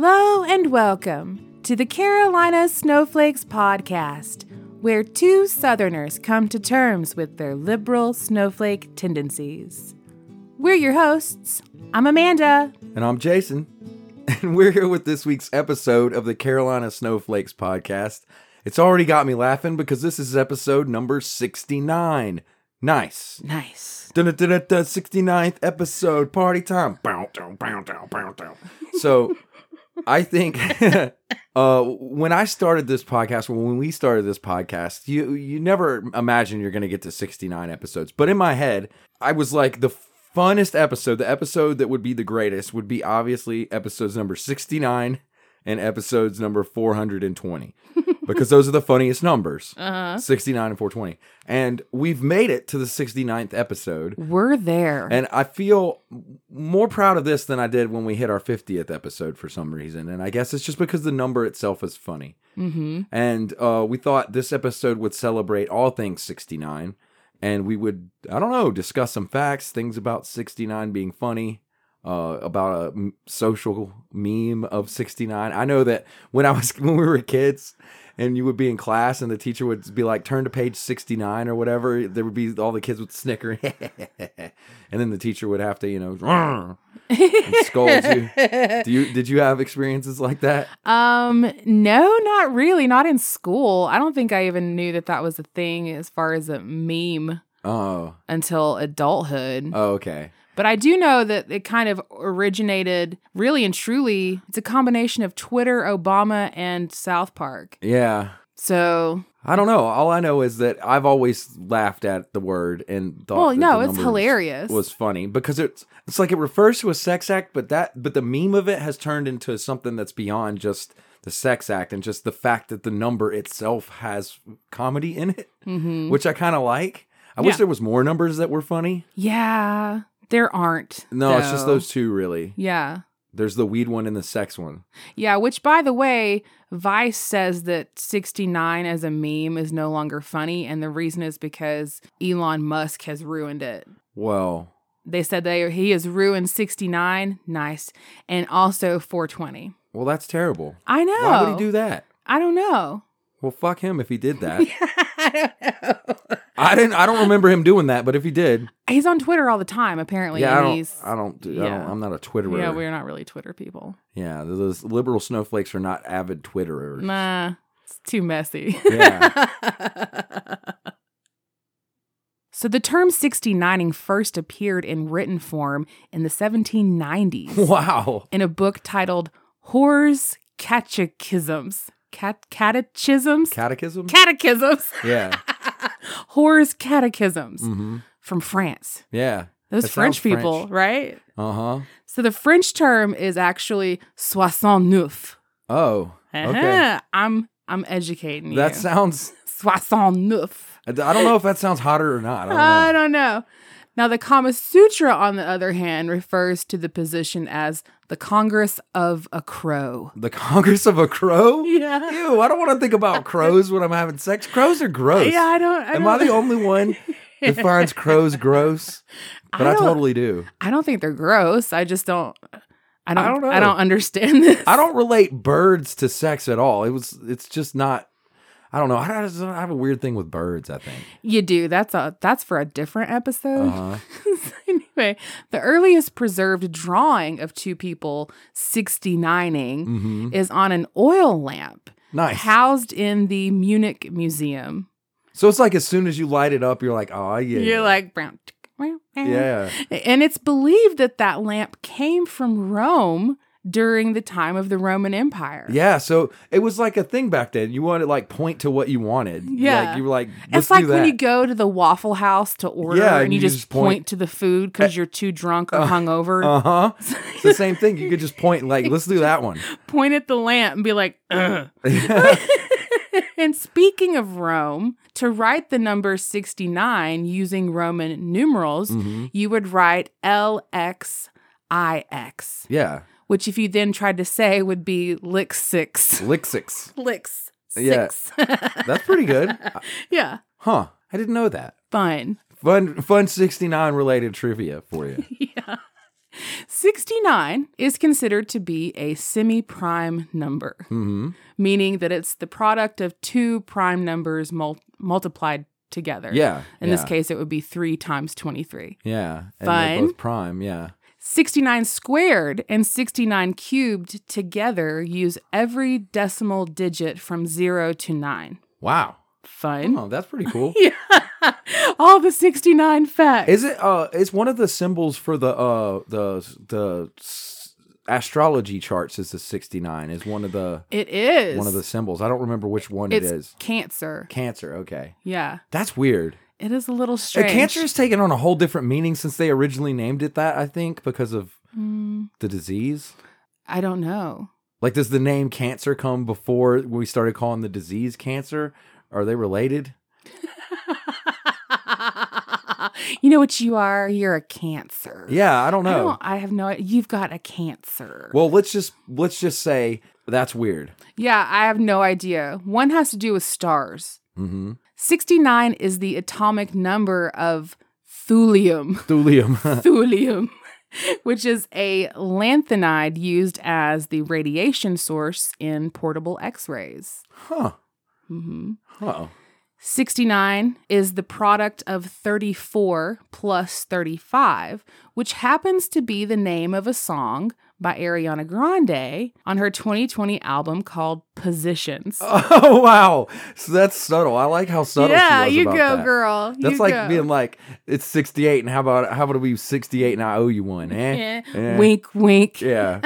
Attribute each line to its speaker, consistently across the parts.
Speaker 1: And welcome to the Carolina Snowflakes Podcast, where two Southerners come to terms with their liberal snowflake tendencies. We're your hosts. I'm Amanda.
Speaker 2: And I'm Jason. And we're here with this week's episode of the Carolina Snowflakes podcast. It's already got me laughing because this is episode number 69. Nice.
Speaker 1: Nice.
Speaker 2: Dun, dun, dun, dun, dun, 69th episode, party time. Bow, down, bow, down, bow, down. So I think uh, when I started this podcast, when we started this podcast, you you never imagine you're going to get to 69 episodes. But in my head, I was like the funnest episode, the episode that would be the greatest would be obviously episodes number 69 and episodes number 420 because those are the funniest numbers.
Speaker 1: Uh-huh.
Speaker 2: 69 and 420. And we've made it to the 69th episode.
Speaker 1: We're there.
Speaker 2: And I feel more proud of this than I did when we hit our 50th episode for some reason. And I guess it's just because the number itself is funny.
Speaker 1: mm-hmm.
Speaker 2: And uh, we thought this episode would celebrate all things 69. And we would, I don't know, discuss some facts, things about 69 being funny, uh, about a m- social meme of 69. I know that when I was, when we were kids, and you would be in class, and the teacher would be like, "Turn to page sixty-nine or whatever." There would be all the kids would snicker, and then the teacher would have to, you know, "Rrr," and scold you. Do you did you have experiences like that?
Speaker 1: Um, no, not really. Not in school. I don't think I even knew that that was a thing as far as a meme
Speaker 2: Oh,
Speaker 1: until adulthood.
Speaker 2: oh okay.
Speaker 1: But I do know that it kind of originated really and truly. It's a combination of Twitter, Obama, and South Park.
Speaker 2: Yeah.
Speaker 1: So,
Speaker 2: I don't know. All I know is that I've always laughed at the word and thought.
Speaker 1: well,
Speaker 2: that
Speaker 1: no,
Speaker 2: the
Speaker 1: it's
Speaker 2: numbers
Speaker 1: hilarious.
Speaker 2: Was funny because it's it's like it refers to a sex act, but that but the meme of it has turned into something that's beyond just the sex act and just the fact that the number itself has comedy in it,
Speaker 1: hmm
Speaker 2: which I kind of like. I wish
Speaker 1: Yeah.
Speaker 2: there was more numbers that were funny.
Speaker 1: Yeah, there aren't.
Speaker 2: No, it's just
Speaker 1: though.
Speaker 2: those two really.
Speaker 1: Yeah.
Speaker 2: There's the weed one and the sex one.
Speaker 1: Yeah, which by the way, Vice says that 69 as a meme is no longer funny. And the reason is because Elon Musk has ruined it.
Speaker 2: Well,
Speaker 1: They said they, he has ruined 69. Nice. And also 420.
Speaker 2: well, that's terrible.
Speaker 1: I know.
Speaker 2: Why would he do that?
Speaker 1: I don't know.
Speaker 2: Well, fuck him if he did that.
Speaker 1: I don't know.
Speaker 2: I didn't. I don't remember him doing that, but if he did,
Speaker 1: He's on Twitter all the time, apparently.
Speaker 2: yeah, I
Speaker 1: and
Speaker 2: don't,
Speaker 1: he's,
Speaker 2: I don't. Do, I don't.
Speaker 1: yeah.
Speaker 2: I'm not a Twitterer.
Speaker 1: yeah,
Speaker 2: Yeah,
Speaker 1: we're not really Twitter people.
Speaker 2: those liberal snowflakes are not avid Twitterers.
Speaker 1: Nah, it's too messy.
Speaker 2: Yeah.
Speaker 1: so the term 69ing first appeared in written form in the 1790s
Speaker 2: wow.
Speaker 1: in a book titled Horrors Catechisms. Cat- catechisms?
Speaker 2: Catechism.
Speaker 1: catechisms.
Speaker 2: yeah.
Speaker 1: Horrors Catechisms
Speaker 2: hmm
Speaker 1: from France.
Speaker 2: Yeah.
Speaker 1: Those
Speaker 2: That sounds
Speaker 1: French people,
Speaker 2: French.
Speaker 1: right?
Speaker 2: Uh huh.
Speaker 1: So the French term is actually soixante neuf.
Speaker 2: Oh. Okay.
Speaker 1: Uh-huh. I'm I'm educating you.
Speaker 2: That sounds.
Speaker 1: soixante neuf.
Speaker 2: I don't know if that sounds hotter or not. I don't
Speaker 1: I
Speaker 2: know.
Speaker 1: don't know. Now the Kama Sutra, on the other hand, refers to the position as the Congress of a Crow.
Speaker 2: The Congress of a Crow.
Speaker 1: Yeah.
Speaker 2: Ew. I don't want to think about crows when I'm having sex. Crows are gross.
Speaker 1: Yeah, I don't. I
Speaker 2: Am
Speaker 1: don't,
Speaker 2: I the only one that finds crows gross? But I,
Speaker 1: don't-
Speaker 2: totally do.
Speaker 1: I don't think they're gross. I just don't. I don't. I
Speaker 2: don't
Speaker 1: don't,
Speaker 2: know.
Speaker 1: understand this.
Speaker 2: I don't relate birds to sex at all. It was. It's just not. I don't know. I, just, I have a weird thing with birds. I think.
Speaker 1: You do. That's a. That's for a different episode.
Speaker 2: Uh-huh.
Speaker 1: anyway, the earliest preserved drawing of two people 69ing
Speaker 2: hmm
Speaker 1: is on an oil lamp
Speaker 2: Nice.
Speaker 1: housed in the Munich Museum.
Speaker 2: so it's like as soon as you light it up, you're like, oh yeah.
Speaker 1: You're like "Mm." brown. tick, brown, brown."
Speaker 2: Yeah.
Speaker 1: And it's believed that that lamp came from Rome during the time of the Roman Empire.
Speaker 2: Yeah. So it was like a thing back then. You wanted like point to what you wanted.
Speaker 1: Yeah.
Speaker 2: Like, you were like, let's
Speaker 1: It's like
Speaker 2: do that.
Speaker 1: when you go to the Waffle House to order
Speaker 2: Yeah,
Speaker 1: and you, just, point, to the food because you're too drunk or hungover.
Speaker 2: Eh, uh huh. It's the same thing. You could just point and like, let's do that one.
Speaker 1: point at the lamp and be like, Ugh. and speaking of Rome, to write the number 69 using Roman numerals,
Speaker 2: Mm-hmm.
Speaker 1: you would write LXIX,
Speaker 2: Yeah.
Speaker 1: which if you then tried to say would be lick six.
Speaker 2: Lixix.
Speaker 1: Licks
Speaker 2: Yeah.
Speaker 1: six.
Speaker 2: That's pretty good.
Speaker 1: yeah.
Speaker 2: Huh. I didn't know that.
Speaker 1: Fun.
Speaker 2: Fun, fun 69 related trivia for you.
Speaker 1: Yeah. 69 is considered to be a semi prime number,
Speaker 2: hmm
Speaker 1: meaning that it's the product of two prime numbers mul- multiplied together.
Speaker 2: Yeah.
Speaker 1: In this
Speaker 2: yeah,
Speaker 1: case, it would be 3 times 23.
Speaker 2: Yeah. And they're
Speaker 1: Fine.
Speaker 2: both prime. Yeah.
Speaker 1: 69 squared and 69 cubed together use every decimal digit from 0 to 9.
Speaker 2: Wow.
Speaker 1: Fun.
Speaker 2: Oh, that's pretty cool.
Speaker 1: Yeah. All the 69 facts.
Speaker 2: Is it uh is one of the symbols for the uh the the s- astrology charts is the 69 is one of the
Speaker 1: it is.
Speaker 2: one of the symbols. I don't remember which one
Speaker 1: It's
Speaker 2: it is.
Speaker 1: cancer.
Speaker 2: Cancer, okay.
Speaker 1: Yeah.
Speaker 2: That's weird.
Speaker 1: It is a little
Speaker 2: Uh,
Speaker 1: strange.
Speaker 2: Cancer has taken on a whole different meaning since they originally named it that, I think, because of
Speaker 1: Mm,
Speaker 2: the disease.
Speaker 1: I don't know.
Speaker 2: Like does the name cancer come before we started calling the disease cancer? Are they related?
Speaker 1: you know what you are? You're a cancer.
Speaker 2: Yeah, I don't
Speaker 1: I,
Speaker 2: know.
Speaker 1: don't, I have no You've got a cancer.
Speaker 2: Well, let's just let's just say that's weird.
Speaker 1: yeah, I have no idea. One has to do with stars.
Speaker 2: Mm-hmm.
Speaker 1: 69 is the atomic number of thulium.
Speaker 2: Thulium.
Speaker 1: thulium, which is a lanthanide used as the radiation source in portable x rays.
Speaker 2: huh.
Speaker 1: hmm
Speaker 2: Uh-oh.
Speaker 1: 69 is the product of 34 plus 35, which happens to be the name of a song by Ariana Grande on her 2020 album called Positions.
Speaker 2: Oh wow, so that's subtle. I like how subtle.
Speaker 1: yeah,
Speaker 2: she was
Speaker 1: you
Speaker 2: about
Speaker 1: go,
Speaker 2: that.
Speaker 1: girl.
Speaker 2: That's
Speaker 1: you
Speaker 2: like
Speaker 1: go.
Speaker 2: being like, it's sixty eight, and how about how about we sixty eight and I owe you one? Eh?
Speaker 1: Eh,
Speaker 2: Eh.
Speaker 1: Wink, wink.
Speaker 2: Yeah.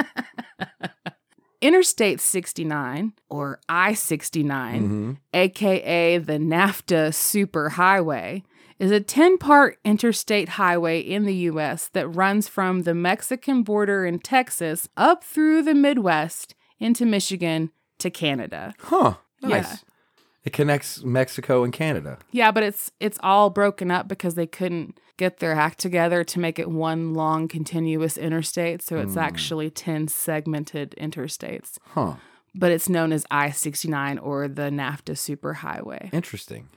Speaker 1: Interstate 69 or I 69,
Speaker 2: Mhm.
Speaker 1: aka the NAFTA superhighway, is a 10 part interstate highway in the U.S. that runs from the Mexican border in Texas up through the Midwest into Michigan to Canada.
Speaker 2: Huh.
Speaker 1: Yeah.
Speaker 2: Nice. It connects Mexico and Canada.
Speaker 1: Yeah, but it's it's all broken up because they couldn't get their act together to make it one long continuous interstate, so it's
Speaker 2: Hmm.
Speaker 1: actually 10 segmented interstates.
Speaker 2: Huh.
Speaker 1: but it's known as I 69 or the NAFTA Superhighway.
Speaker 2: Interesting.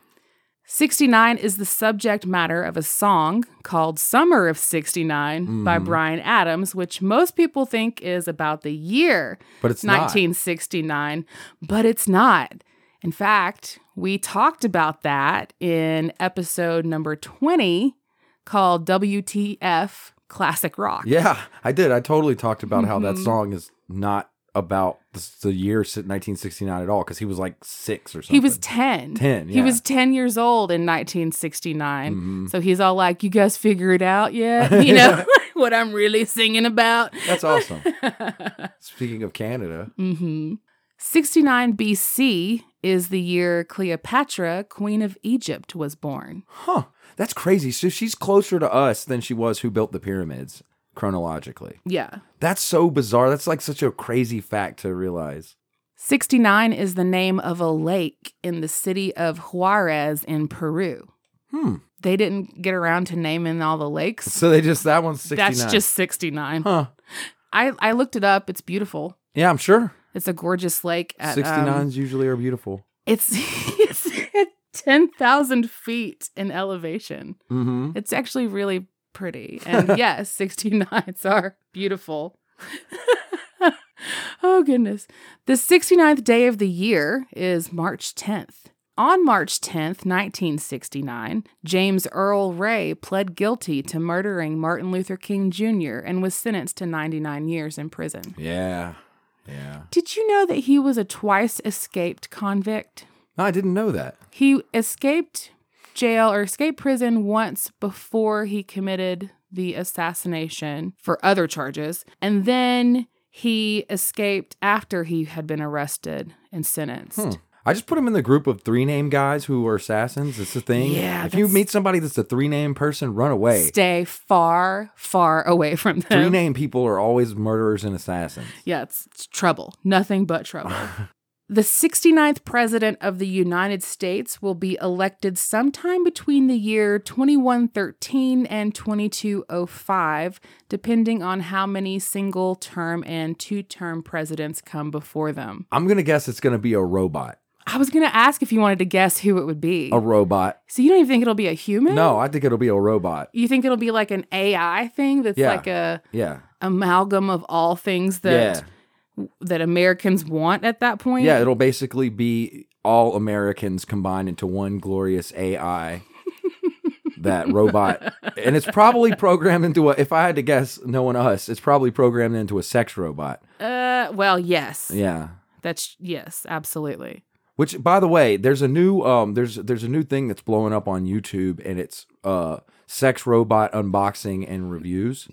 Speaker 1: 69 is the subject matter of a song called Summer of 69 by
Speaker 2: Mhm.
Speaker 1: Brian Adams, which most people think is about the year
Speaker 2: But it's nineteen.
Speaker 1: 1969, but it's not. In fact, we talked about that in episode number 20 called WTF Classic Rock.
Speaker 2: Yeah, I did. I totally talked about how that
Speaker 1: Mhm.
Speaker 2: song is not about the, the year nineteen sixty nine at all because he was like six or something.
Speaker 1: He was 10.
Speaker 2: 10,
Speaker 1: He
Speaker 2: yeah.
Speaker 1: was 10 years old in 1969.
Speaker 2: Mhm.
Speaker 1: So he's all like, You guys figure it out yet? You know what I'm really singing about.
Speaker 2: That's awesome. Speaking of Canada,
Speaker 1: hmm 69 BC is the year Cleopatra, Queen of Egypt, was born.
Speaker 2: Huh. That's crazy. So she's closer to us than she was who built the pyramids chronologically.
Speaker 1: Yeah.
Speaker 2: That's so bizarre. That's like such a crazy fact to realize.
Speaker 1: 69 is the name of a lake in the city of Juarez in Peru.
Speaker 2: Hmm.
Speaker 1: They didn't get around to naming all the lakes.
Speaker 2: So they just that one's 69.
Speaker 1: That's just 69.
Speaker 2: Huh.
Speaker 1: I, I looked it up. It's beautiful.
Speaker 2: Yeah, I'm sure.
Speaker 1: It's a gorgeous lake at um,
Speaker 2: 69s usually are beautiful.
Speaker 1: It's it's at ten thousand feet in elevation.
Speaker 2: Mm-hmm.
Speaker 1: It's actually really pretty, and yes, sixty nines are beautiful. oh goodness! The 69th day of the year is March tenth. On March 10th, 1969, James Earl Ray pled guilty to murdering Martin Luther King Jr. and was sentenced to 99 years in prison.
Speaker 2: Yeah. Yeah.
Speaker 1: Did you know that he was a twice escaped convict?
Speaker 2: No, I didn't know that.
Speaker 1: He escaped jail or escaped prison once before he committed the assassination for other charges. And then he escaped after he had been arrested and sentenced.
Speaker 2: Hmm. I just put him in the group of three name guys who are assassins. It's a thing.
Speaker 1: Yeah,
Speaker 2: If you
Speaker 1: that's-
Speaker 2: meet somebody that's a three name person, run away.
Speaker 1: Stay far, far away from them.
Speaker 2: Three name people are always murderers and assassins.
Speaker 1: Yeah, it's, it's trouble. Nothing but trouble. the 69th president of the United States will be elected sometime between the year 2113 and 2205, depending on how many single term and two term presidents come before them.
Speaker 2: I'm going to guess it's going to be a robot.
Speaker 1: I was going to ask if you wanted to guess who it would be.
Speaker 2: A robot.
Speaker 1: so you don't even think it'll be a human?
Speaker 2: No, I think it'll be a robot.
Speaker 1: You think it'll be like an AI thing that's
Speaker 2: Yeah.
Speaker 1: like a
Speaker 2: Yeah.
Speaker 1: amalgam of all things that that Americans want at that
Speaker 2: yeah.
Speaker 1: point.
Speaker 2: Yeah, it'll basically be all Americans combined into one glorious AI. that robot. And it's probably programmed into a if I had to guess, knowing us, it's probably programmed into a sex robot.
Speaker 1: Uh, well, yes.
Speaker 2: Yeah.
Speaker 1: That's yes, absolutely.
Speaker 2: Which, by the way, there's a new um, there's there's a new thing that's blowing up on YouTube, and it's uh, sex robot unboxing and reviews.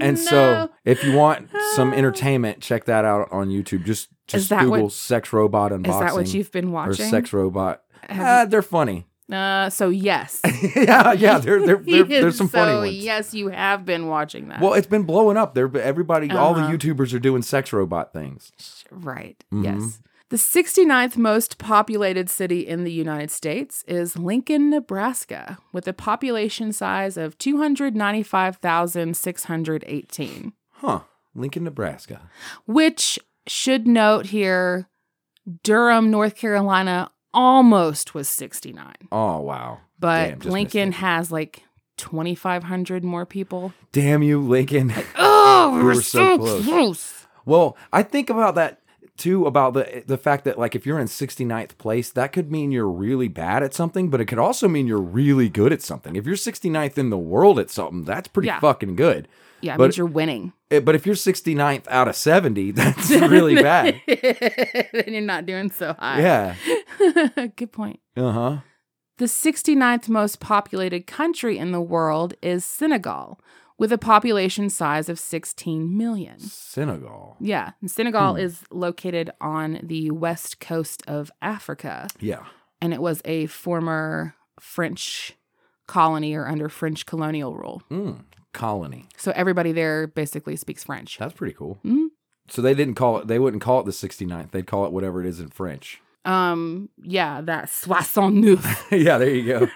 Speaker 2: and so,
Speaker 1: No.
Speaker 2: if you want some entertainment, check that out on YouTube. Just just
Speaker 1: that what-
Speaker 2: Google sex robot unboxing
Speaker 1: Is that what you've been
Speaker 2: or
Speaker 1: watching?
Speaker 2: sex robot.
Speaker 1: Have
Speaker 2: Ah, they're funny.
Speaker 1: Uh, so yes.
Speaker 2: yeah, yeah, they're, they're, they're, there's some funny
Speaker 1: So,
Speaker 2: ones.
Speaker 1: Yes, you have been watching that.
Speaker 2: Well, it's been blowing up. There, everybody, all the
Speaker 1: Uh-huh.
Speaker 2: YouTubers are doing sex robot things.
Speaker 1: right.
Speaker 2: Mhm.
Speaker 1: Yes. The 69th most populated city in the United States is Lincoln, Nebraska, with a population size of 295,618,
Speaker 2: Huh? Lincoln, Nebraska.
Speaker 1: which should note here Durham, North Carolina almost was 69,
Speaker 2: Oh wow.
Speaker 1: but
Speaker 2: Damn, just missed
Speaker 1: Lincoln
Speaker 2: it.
Speaker 1: has like 2,500 more people.
Speaker 2: Damn you, Lincoln.
Speaker 1: Oh,
Speaker 2: We
Speaker 1: we're,
Speaker 2: were so
Speaker 1: so
Speaker 2: close.
Speaker 1: close.
Speaker 2: Well, I think about that too about the the fact that like if you're in 69th place, that could mean you're really bad at something, but it could also mean you're really good at something. If you're 69th in the world at something, that's pretty
Speaker 1: Yeah.
Speaker 2: fucking good.
Speaker 1: Yeah, it
Speaker 2: But-
Speaker 1: means you're winning.
Speaker 2: Eh, But if you're 69th out of 70, that's really bad.
Speaker 1: then you're not doing so high.
Speaker 2: Yeah.
Speaker 1: Good point.
Speaker 2: Uh-huh.
Speaker 1: The 69th most populated country in the world is Senegal, with a population size of 16 million.
Speaker 2: Senegal.
Speaker 1: Yeah, and Senegal
Speaker 2: Hmm.
Speaker 1: is located on the west coast of Africa,
Speaker 2: Yeah.
Speaker 1: and it was a former French colony or under French colonial rule.
Speaker 2: Mm. Colony.
Speaker 1: So everybody there basically speaks French.
Speaker 2: That's pretty cool.
Speaker 1: Mhm.
Speaker 2: So they didn't call it they wouldn't call it the 69th. They'd call it whatever it is in French.
Speaker 1: Um, yeah, that's soixante-neuf.
Speaker 2: yeah, there you go.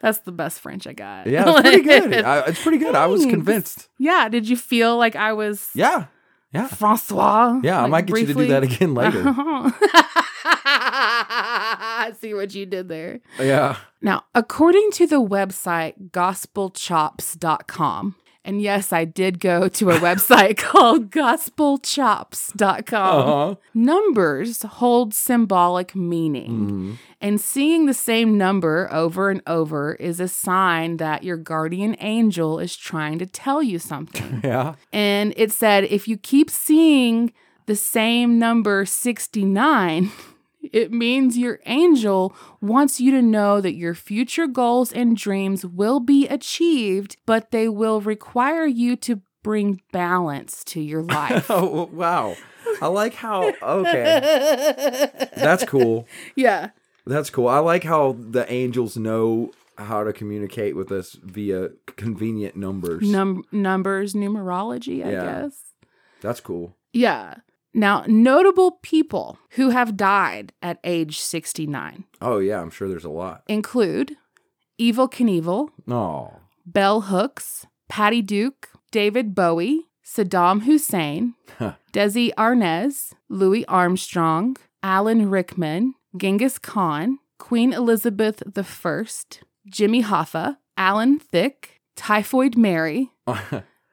Speaker 1: That's the best French I got.
Speaker 2: Yeah, it's pretty good.
Speaker 1: Like,
Speaker 2: I, it's pretty good. I was
Speaker 1: Thanks.
Speaker 2: convinced.
Speaker 1: yeah. Did you feel like I was
Speaker 2: Yeah. Yeah.
Speaker 1: Francois?
Speaker 2: Yeah, I
Speaker 1: Like,
Speaker 2: might get you to do
Speaker 1: briefly?
Speaker 2: that again later.
Speaker 1: I see what you did there.
Speaker 2: yeah.
Speaker 1: Now, according to the website gospelchops.com, and yes, I did go to a website called gospelchops.com,
Speaker 2: Uh-huh.
Speaker 1: numbers hold symbolic meaning.
Speaker 2: Mhm.
Speaker 1: And seeing the same number over and over is a sign that your guardian angel is trying to tell you something.
Speaker 2: Yeah.
Speaker 1: and it said if you keep seeing the same number 69, it means your angel wants you to know that your future goals and dreams will be achieved, but they will require you to bring balance to your life.
Speaker 2: Oh, wow. I like how, okay. That's cool.
Speaker 1: yeah.
Speaker 2: That's cool. I like how the angels know how to communicate with us via convenient numbers.
Speaker 1: Num- numbers, numerology, I
Speaker 2: Yeah.
Speaker 1: guess.
Speaker 2: That's cool.
Speaker 1: Yeah. Now, notable people who have died at age 69
Speaker 2: Oh, yeah. I'm sure there's a lot.
Speaker 1: include Evil Knievel,
Speaker 2: Oh,
Speaker 1: Bell Hooks, Patty Duke, David Bowie, Saddam Hussein,
Speaker 2: Huh.
Speaker 1: Desi Arnaz, Louis Armstrong, Alan Rickman, Genghis Khan, Queen Elizabeth I, Jimmy Hoffa, Alan Thicke, Typhoid Mary,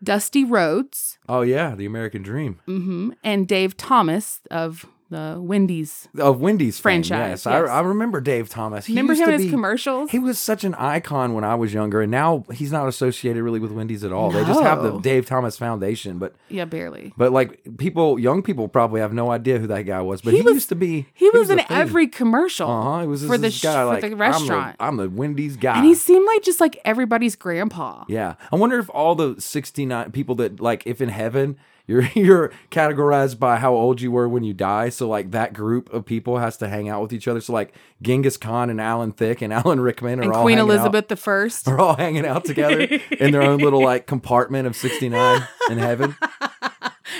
Speaker 1: Dusty Rhodes,
Speaker 2: oh, yeah. The American Dream
Speaker 1: mhm, and Dave Thomas of the Wendy's
Speaker 2: of Wendy's fame,
Speaker 1: Franchise,
Speaker 2: yes, I,
Speaker 1: yes.
Speaker 2: I remember Dave Thomas. He
Speaker 1: Remember
Speaker 2: used
Speaker 1: him
Speaker 2: to
Speaker 1: in his
Speaker 2: be-
Speaker 1: commercials?
Speaker 2: He was such an icon when I was younger, and now he's not associated really with Wendy's at all. They just have the
Speaker 1: No.
Speaker 2: Dave Thomas Foundation, but
Speaker 1: yeah, barely.
Speaker 2: But like people, young people probably have no idea who that guy was. But
Speaker 1: He
Speaker 2: he,
Speaker 1: was-
Speaker 2: used to be.
Speaker 1: He, was, in every commercial,
Speaker 2: Uh huh. He was
Speaker 1: for
Speaker 2: for
Speaker 1: the
Speaker 2: this
Speaker 1: sh-
Speaker 2: guy
Speaker 1: for
Speaker 2: like
Speaker 1: the
Speaker 2: "I'm
Speaker 1: restaurant."
Speaker 2: I'm the, Wendy's guy.
Speaker 1: and he seemed like just like everybody's grandpa.
Speaker 2: yeah. I wonder if all the sixty nine people that like, if in heaven you're you're categorized by how old you were when you die, so like that group of people has to hang out with each other. So like Genghis Khan and Alan Thicke and Alan Rickman are
Speaker 1: and
Speaker 2: all
Speaker 1: Queen
Speaker 2: hanging out-
Speaker 1: Elizabeth the First.
Speaker 2: are all hanging out together in their own little like compartment of sixty nine in heaven.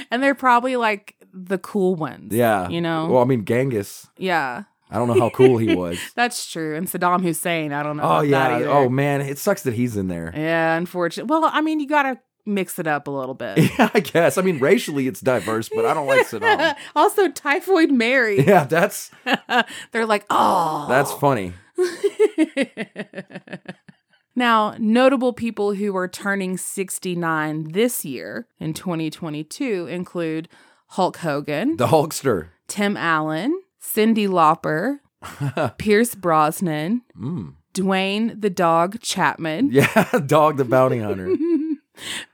Speaker 1: and they're probably like the cool ones.
Speaker 2: Yeah.
Speaker 1: You know?
Speaker 2: Well, I mean Genghis.
Speaker 1: Yeah.
Speaker 2: I don't know how cool he was.
Speaker 1: That's true. And Saddam Hussein, I don't know.
Speaker 2: Oh
Speaker 1: about
Speaker 2: yeah.
Speaker 1: That either.
Speaker 2: Oh man, it sucks that he's in there.
Speaker 1: Yeah, unfortunately. Well, I mean, you got to mix it up a little bit.
Speaker 2: Yeah, I guess. I mean, racially it's diverse, but I don't like Saddam.
Speaker 1: also, Typhoid Mary.
Speaker 2: Yeah, that's
Speaker 1: they're like, oh.
Speaker 2: that's funny.
Speaker 1: Now, notable people who are turning 69 this year in 2022 include Hulk Hogan,
Speaker 2: The Hulkster.
Speaker 1: Tim Allen, Cindy Lauper, Pierce Brosnan,
Speaker 2: Mm.
Speaker 1: Dwayne the Dog Chapman,
Speaker 2: Yeah, Dog the Bounty Hunter.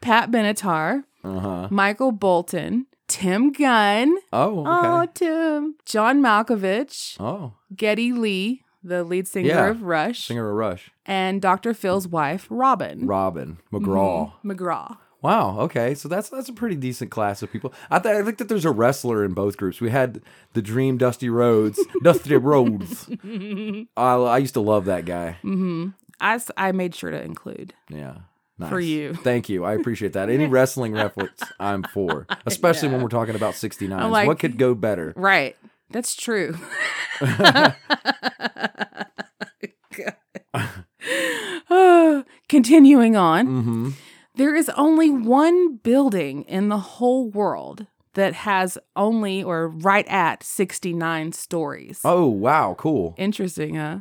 Speaker 1: Pat Benatar,
Speaker 2: Uh huh.
Speaker 1: Michael Bolton, Tim Gunn,
Speaker 2: Oh,
Speaker 1: oh
Speaker 2: okay.
Speaker 1: Tim, John Malkovich,
Speaker 2: Oh,
Speaker 1: Getty Lee, the lead singer
Speaker 2: Yeah.
Speaker 1: of Rush,
Speaker 2: singer of Rush.
Speaker 1: and Dr. Phil's wife, Robin
Speaker 2: Robin McGraw.
Speaker 1: Mhm. McGraw.
Speaker 2: Wow. Okay. So that's that's a pretty decent class of people. I, th- I think that there's a wrestler in both groups. We had the Dream Dusty Rhodes. Dusty Rhodes. I, I used to love that guy.
Speaker 1: hmm I, s- I made sure to include.
Speaker 2: Yeah. Nice.
Speaker 1: For you.
Speaker 2: Thank you. I appreciate that. Any wrestling reference, I'm for, especially when we're talking about 69.
Speaker 1: I'm like-
Speaker 2: what could go better?
Speaker 1: Right. That's true. God. Continuing on,
Speaker 2: Mm-hmm.
Speaker 1: there is only one building in the whole world that has only or right at 69 stories.
Speaker 2: Oh, wow. Cool.
Speaker 1: Interesting, huh?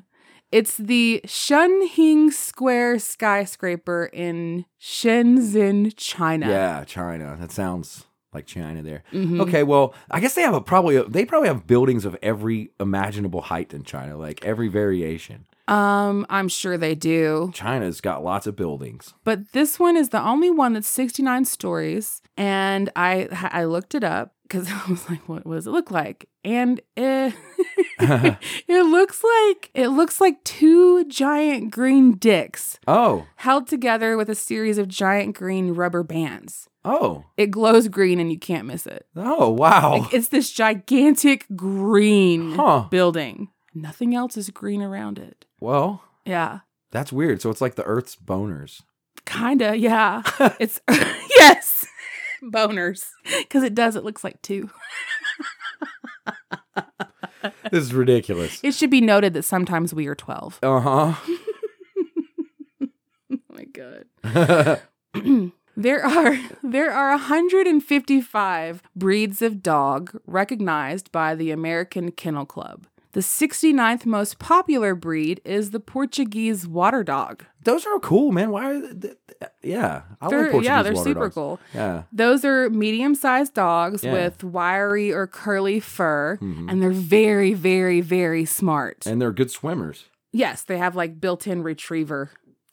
Speaker 1: It's the Shunhing Square skyscraper in Shenzhen, China.
Speaker 2: Yeah, China. That sounds like China there.
Speaker 1: Mhm.
Speaker 2: Okay, well, I guess they have a probably they probably have buildings of every imaginable height in China, like every variation.
Speaker 1: Um, I'm sure they do.
Speaker 2: China's got lots of buildings.
Speaker 1: But this one is the only one that's 69 stories. And I I looked it up because I was like, what, what does it look like? And it,
Speaker 2: Oh,
Speaker 1: it looks like it looks like two giant green dicks
Speaker 2: Oh,
Speaker 1: held together with a series of giant green rubber bands.
Speaker 2: oh,
Speaker 1: It glows green and you can't miss it.
Speaker 2: oh, wow.
Speaker 1: Like, it's this gigantic green
Speaker 2: Huh.
Speaker 1: building. Nothing else is green around it.
Speaker 2: Well,
Speaker 1: Yeah.
Speaker 2: that's weird. So it's like the Earth's boners.
Speaker 1: Kinda, yeah. It's yes, boners because it does. It looks like two.
Speaker 2: This is ridiculous.
Speaker 1: It should be noted that sometimes we are twelve.
Speaker 2: Uh
Speaker 1: Oh my god.
Speaker 2: huh.
Speaker 1: there are there are 155 breeds of dog recognized by the American Kennel Club. The 69th most popular breed is the Portuguese water dog.
Speaker 2: Those are cool, man. Why? Are they, th- yeah, I like
Speaker 1: They're-
Speaker 2: Portuguese
Speaker 1: yeah, they're
Speaker 2: water
Speaker 1: super
Speaker 2: dogs.
Speaker 1: cool.
Speaker 2: Yeah.
Speaker 1: Those are medium-sized dogs
Speaker 2: Yeah.
Speaker 1: with wiry or curly fur,
Speaker 2: Mhm.
Speaker 1: and they're very, very, very smart.
Speaker 2: And they're good swimmers.
Speaker 1: Yes, they have like built-in retriever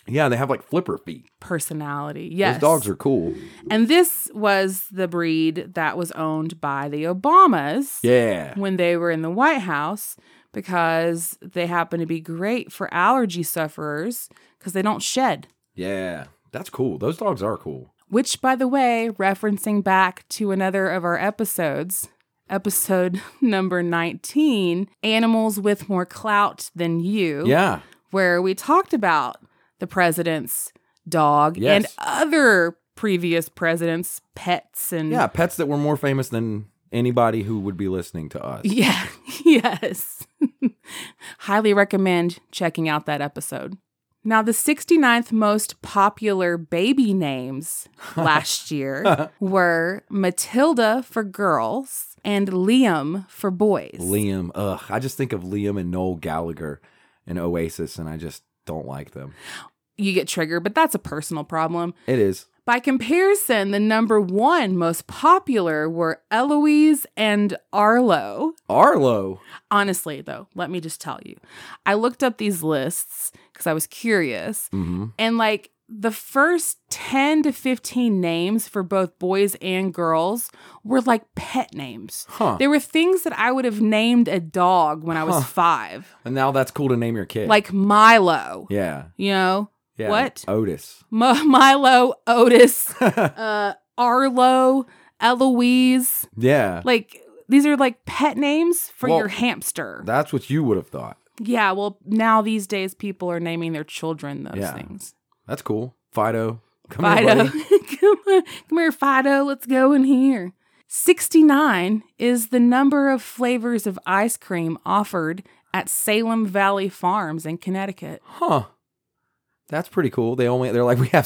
Speaker 2: Yeah, they have like flipper feet.
Speaker 1: personality. Yes.
Speaker 2: Those dogs are cool.
Speaker 1: And this was the breed that was owned by the Obamas
Speaker 2: Yeah.
Speaker 1: when they were in the White House because they happen to be great for allergy sufferers because they don't shed.
Speaker 2: Yeah. That's cool. Those dogs are cool.
Speaker 1: Which by the way, referencing back to another of our episodes, episode number 19, Animals with More Clout Than You.
Speaker 2: Yeah.
Speaker 1: where we talked about the president's dog
Speaker 2: Yes.
Speaker 1: and other previous presidents' pets and
Speaker 2: Yeah. Pets that were more famous than anybody who would be listening to us.
Speaker 1: Yeah, yes. Highly recommend checking out that episode. Now, the 69th most popular baby names last year were Matilda for girls and Liam for boys.
Speaker 2: Liam. Ugh. I just think of Liam and Noel Gallagher and Oasis, and I just don't like them.
Speaker 1: You get triggered, but that's a personal problem.
Speaker 2: It is.
Speaker 1: By comparison, the number one most popular were Eloise and Arlo.
Speaker 2: Arlo.
Speaker 1: Honestly, though, let me just tell you, I looked up these lists because I was curious,
Speaker 2: Mm-hmm.
Speaker 1: and like the first 10 to 15 names for both boys and girls were like pet names.
Speaker 2: Huh.
Speaker 1: They were things that I would have named a dog when I was
Speaker 2: Huh.
Speaker 1: five,
Speaker 2: and now that's cool to name your kid.
Speaker 1: like Milo,
Speaker 2: Yeah.
Speaker 1: you know,
Speaker 2: Yeah.
Speaker 1: What?
Speaker 2: Otis.
Speaker 1: M- Milo, Otis, uh, Arlo, Eloise.
Speaker 2: Yeah.
Speaker 1: Like these are like pet names for
Speaker 2: Well,
Speaker 1: your hamster.
Speaker 2: that's what you would have thought.
Speaker 1: yeah, well, now these days people are naming their children those
Speaker 2: Yeah.
Speaker 1: things.
Speaker 2: That's cool. Fido. Come here,
Speaker 1: Fido,
Speaker 2: buddy.
Speaker 1: come, on, come here, Fido. Let's go in here. Sixty-nine is the number of flavors of ice cream offered at Salem Valley Farms in Connecticut.
Speaker 2: Huh. That's pretty cool. They only they're like we have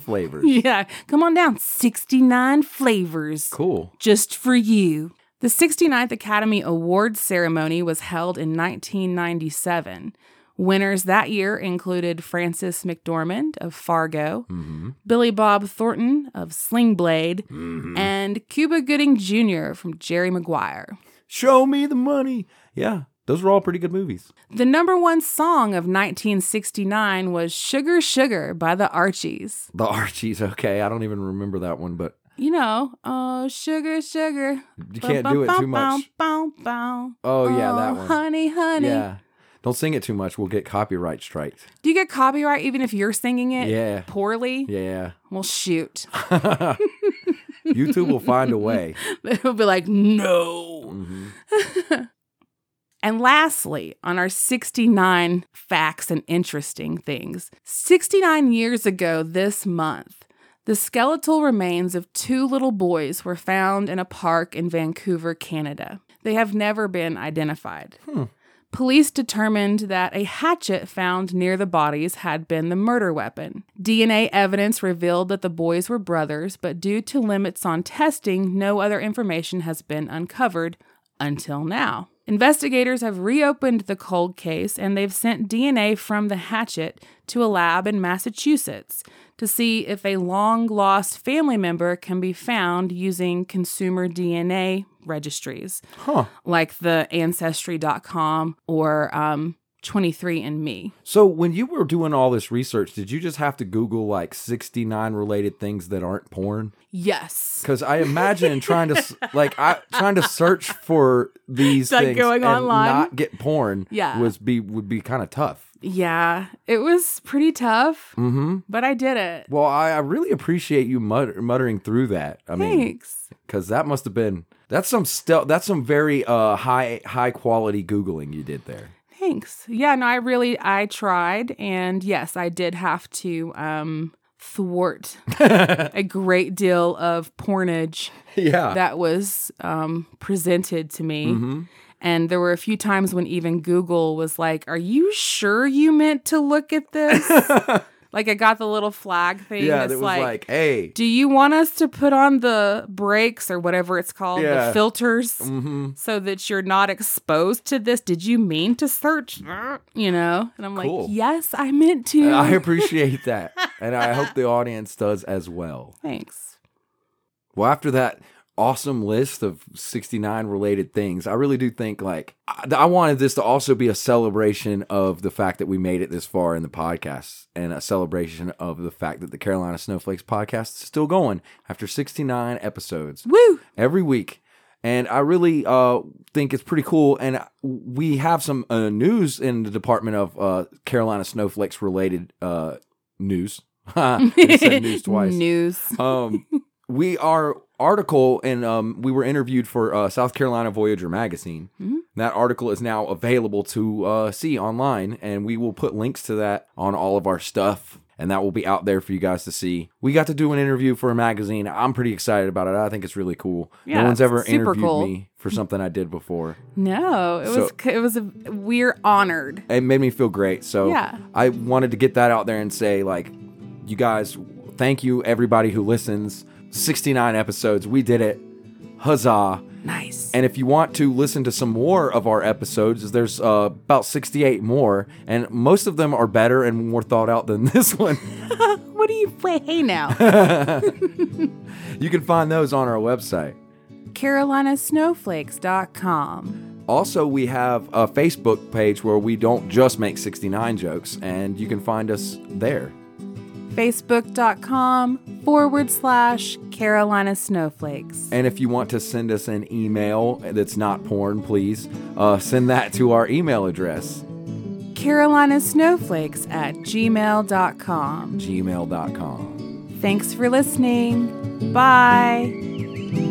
Speaker 2: flavors.
Speaker 1: Yeah, come on down. Sixty-nine flavors.
Speaker 2: Cool.
Speaker 1: just for you. The 69th Academy Awards ceremony was held in 1997, Winners that year included Frances McDormand of Fargo,
Speaker 2: Mm-hmm.
Speaker 1: Billy Bob Thornton of Sling Blade,
Speaker 2: hmm
Speaker 1: and Cuba Gooding Jr. from Jerry Maguire.
Speaker 2: Show me the money. Yeah, those were all pretty good movies.
Speaker 1: The number one song of 1969 was Sugar Sugar by the Archies.
Speaker 2: The Archies. Okay, I don't even remember that one, but
Speaker 1: You know, oh, sugar, sugar.
Speaker 2: you can't do it too much. Oh yeah, that one.
Speaker 1: Honey, honey.
Speaker 2: Yeah. Don't sing it too much. We'll get copyright strikes.
Speaker 1: Do you get copyright even if you're singing it
Speaker 2: Yeah.
Speaker 1: poorly?
Speaker 2: Yeah.
Speaker 1: Well, shoot.
Speaker 2: YouTube will find a way.
Speaker 1: They'll be like, no.
Speaker 2: hmm
Speaker 1: And lastly, on our 69 facts and interesting things, 69 years ago this month, the skeletal remains of two little boys were found in a park in Vancouver, Canada. They have never been identified.
Speaker 2: Hmm.
Speaker 1: Police determined that a hatchet found near the bodies had been the murder weapon. DNA evidence revealed that the boys were brothers, but due to limits on testing, no other information has been uncovered until now. Investigators have reopened the cold case and they've sent DNA from the hatchet to a lab in Massachusetts to see if a long lost family member can be found using consumer DNA registries
Speaker 2: Huh.
Speaker 1: like the ancestry.com or um 23andme.
Speaker 2: So when you were doing all this research, did you just have to Google like 69 related things that aren't porn?
Speaker 1: Yes.
Speaker 2: Because I imagine trying to s- like I trying to search for these
Speaker 1: Like
Speaker 2: things
Speaker 1: going
Speaker 2: and
Speaker 1: online?
Speaker 2: not get porn
Speaker 1: Yeah.
Speaker 2: was be would be kind of tough.
Speaker 1: Yeah, it was pretty tough,
Speaker 2: Mm-hmm.
Speaker 1: but I did it.
Speaker 2: Well, I, I really appreciate you mutter, muttering through that. I mean,
Speaker 1: Thanks.
Speaker 2: because that must have been that's some stel- that's some very uh high high quality googling you did there.
Speaker 1: Thanks. Yeah, no, I really I tried and yes, I did have to um thwart a great deal of pornage
Speaker 2: yeah.
Speaker 1: that was um presented to me.
Speaker 2: hmm
Speaker 1: And there were a few times when even Google was like, "Are you sure you meant to look at this?" like I got the little flag thing.
Speaker 2: Yeah, that
Speaker 1: that's
Speaker 2: was
Speaker 1: like,
Speaker 2: like, hey.
Speaker 1: "Do you want us to put on the brakes or whatever it's called,
Speaker 2: Yeah.
Speaker 1: the filters,
Speaker 2: hmm
Speaker 1: so that you're not exposed to this? Did you mean to search? You know?" And I'm
Speaker 2: Cool.
Speaker 1: like, "Yes, I meant to."
Speaker 2: I appreciate that. and I hope the audience does as well.
Speaker 1: Thanks.
Speaker 2: Well, after that awesome list of 69 related things, I really do think like I, I wanted this to also be a celebration of the fact that we made it this far in the podcast and a celebration of the fact that the Carolina Snowflakes podcast is still going after 69 episodes
Speaker 1: Woo!
Speaker 2: every week. And I really uh, think it's pretty cool. And we have some uh, news in the department of uh, Carolina snowflakes related uh, news. we said news twice.
Speaker 1: News.
Speaker 2: um, we our article and um, we were interviewed for uh, South Carolina Voyager magazine.
Speaker 1: Mhm.
Speaker 2: That article is now available to uh, see online, and we will put links to that on all of our stuff. And that will be out there for you guys to see. We got to do an interview for a magazine. I'm pretty excited about it. I think it's really cool.
Speaker 1: Yeah,
Speaker 2: no one's ever
Speaker 1: super
Speaker 2: interviewed
Speaker 1: cool.
Speaker 2: me for something I did before.
Speaker 1: No, it was
Speaker 2: So-
Speaker 1: c- it was a we're honored.
Speaker 2: It made me feel great. So
Speaker 1: Yeah.
Speaker 2: I wanted to get that out there and say, like, you guys, thank you, everybody who listens. 69 episodes. We did it. Huzzah.
Speaker 1: Nice.
Speaker 2: And if you want to listen to some more of our episodes, there's uh, about 68 more, and most of them are better and more thought out than this one.
Speaker 1: what do you play? Hey now.
Speaker 2: you can find those on our website.
Speaker 1: carolinasnowflakes.com.
Speaker 2: Also, we have a Facebook page where we don't just make 69 jokes, and you can find us there.
Speaker 1: Facebook.com forward slash Carolina Snowflakes.
Speaker 2: And if you want to send us an email that's not porn, please uh, send that to our email address,
Speaker 1: Carolinasnowflakes at gmail.com.
Speaker 2: gmail.com.
Speaker 1: Thanks for listening. Bye.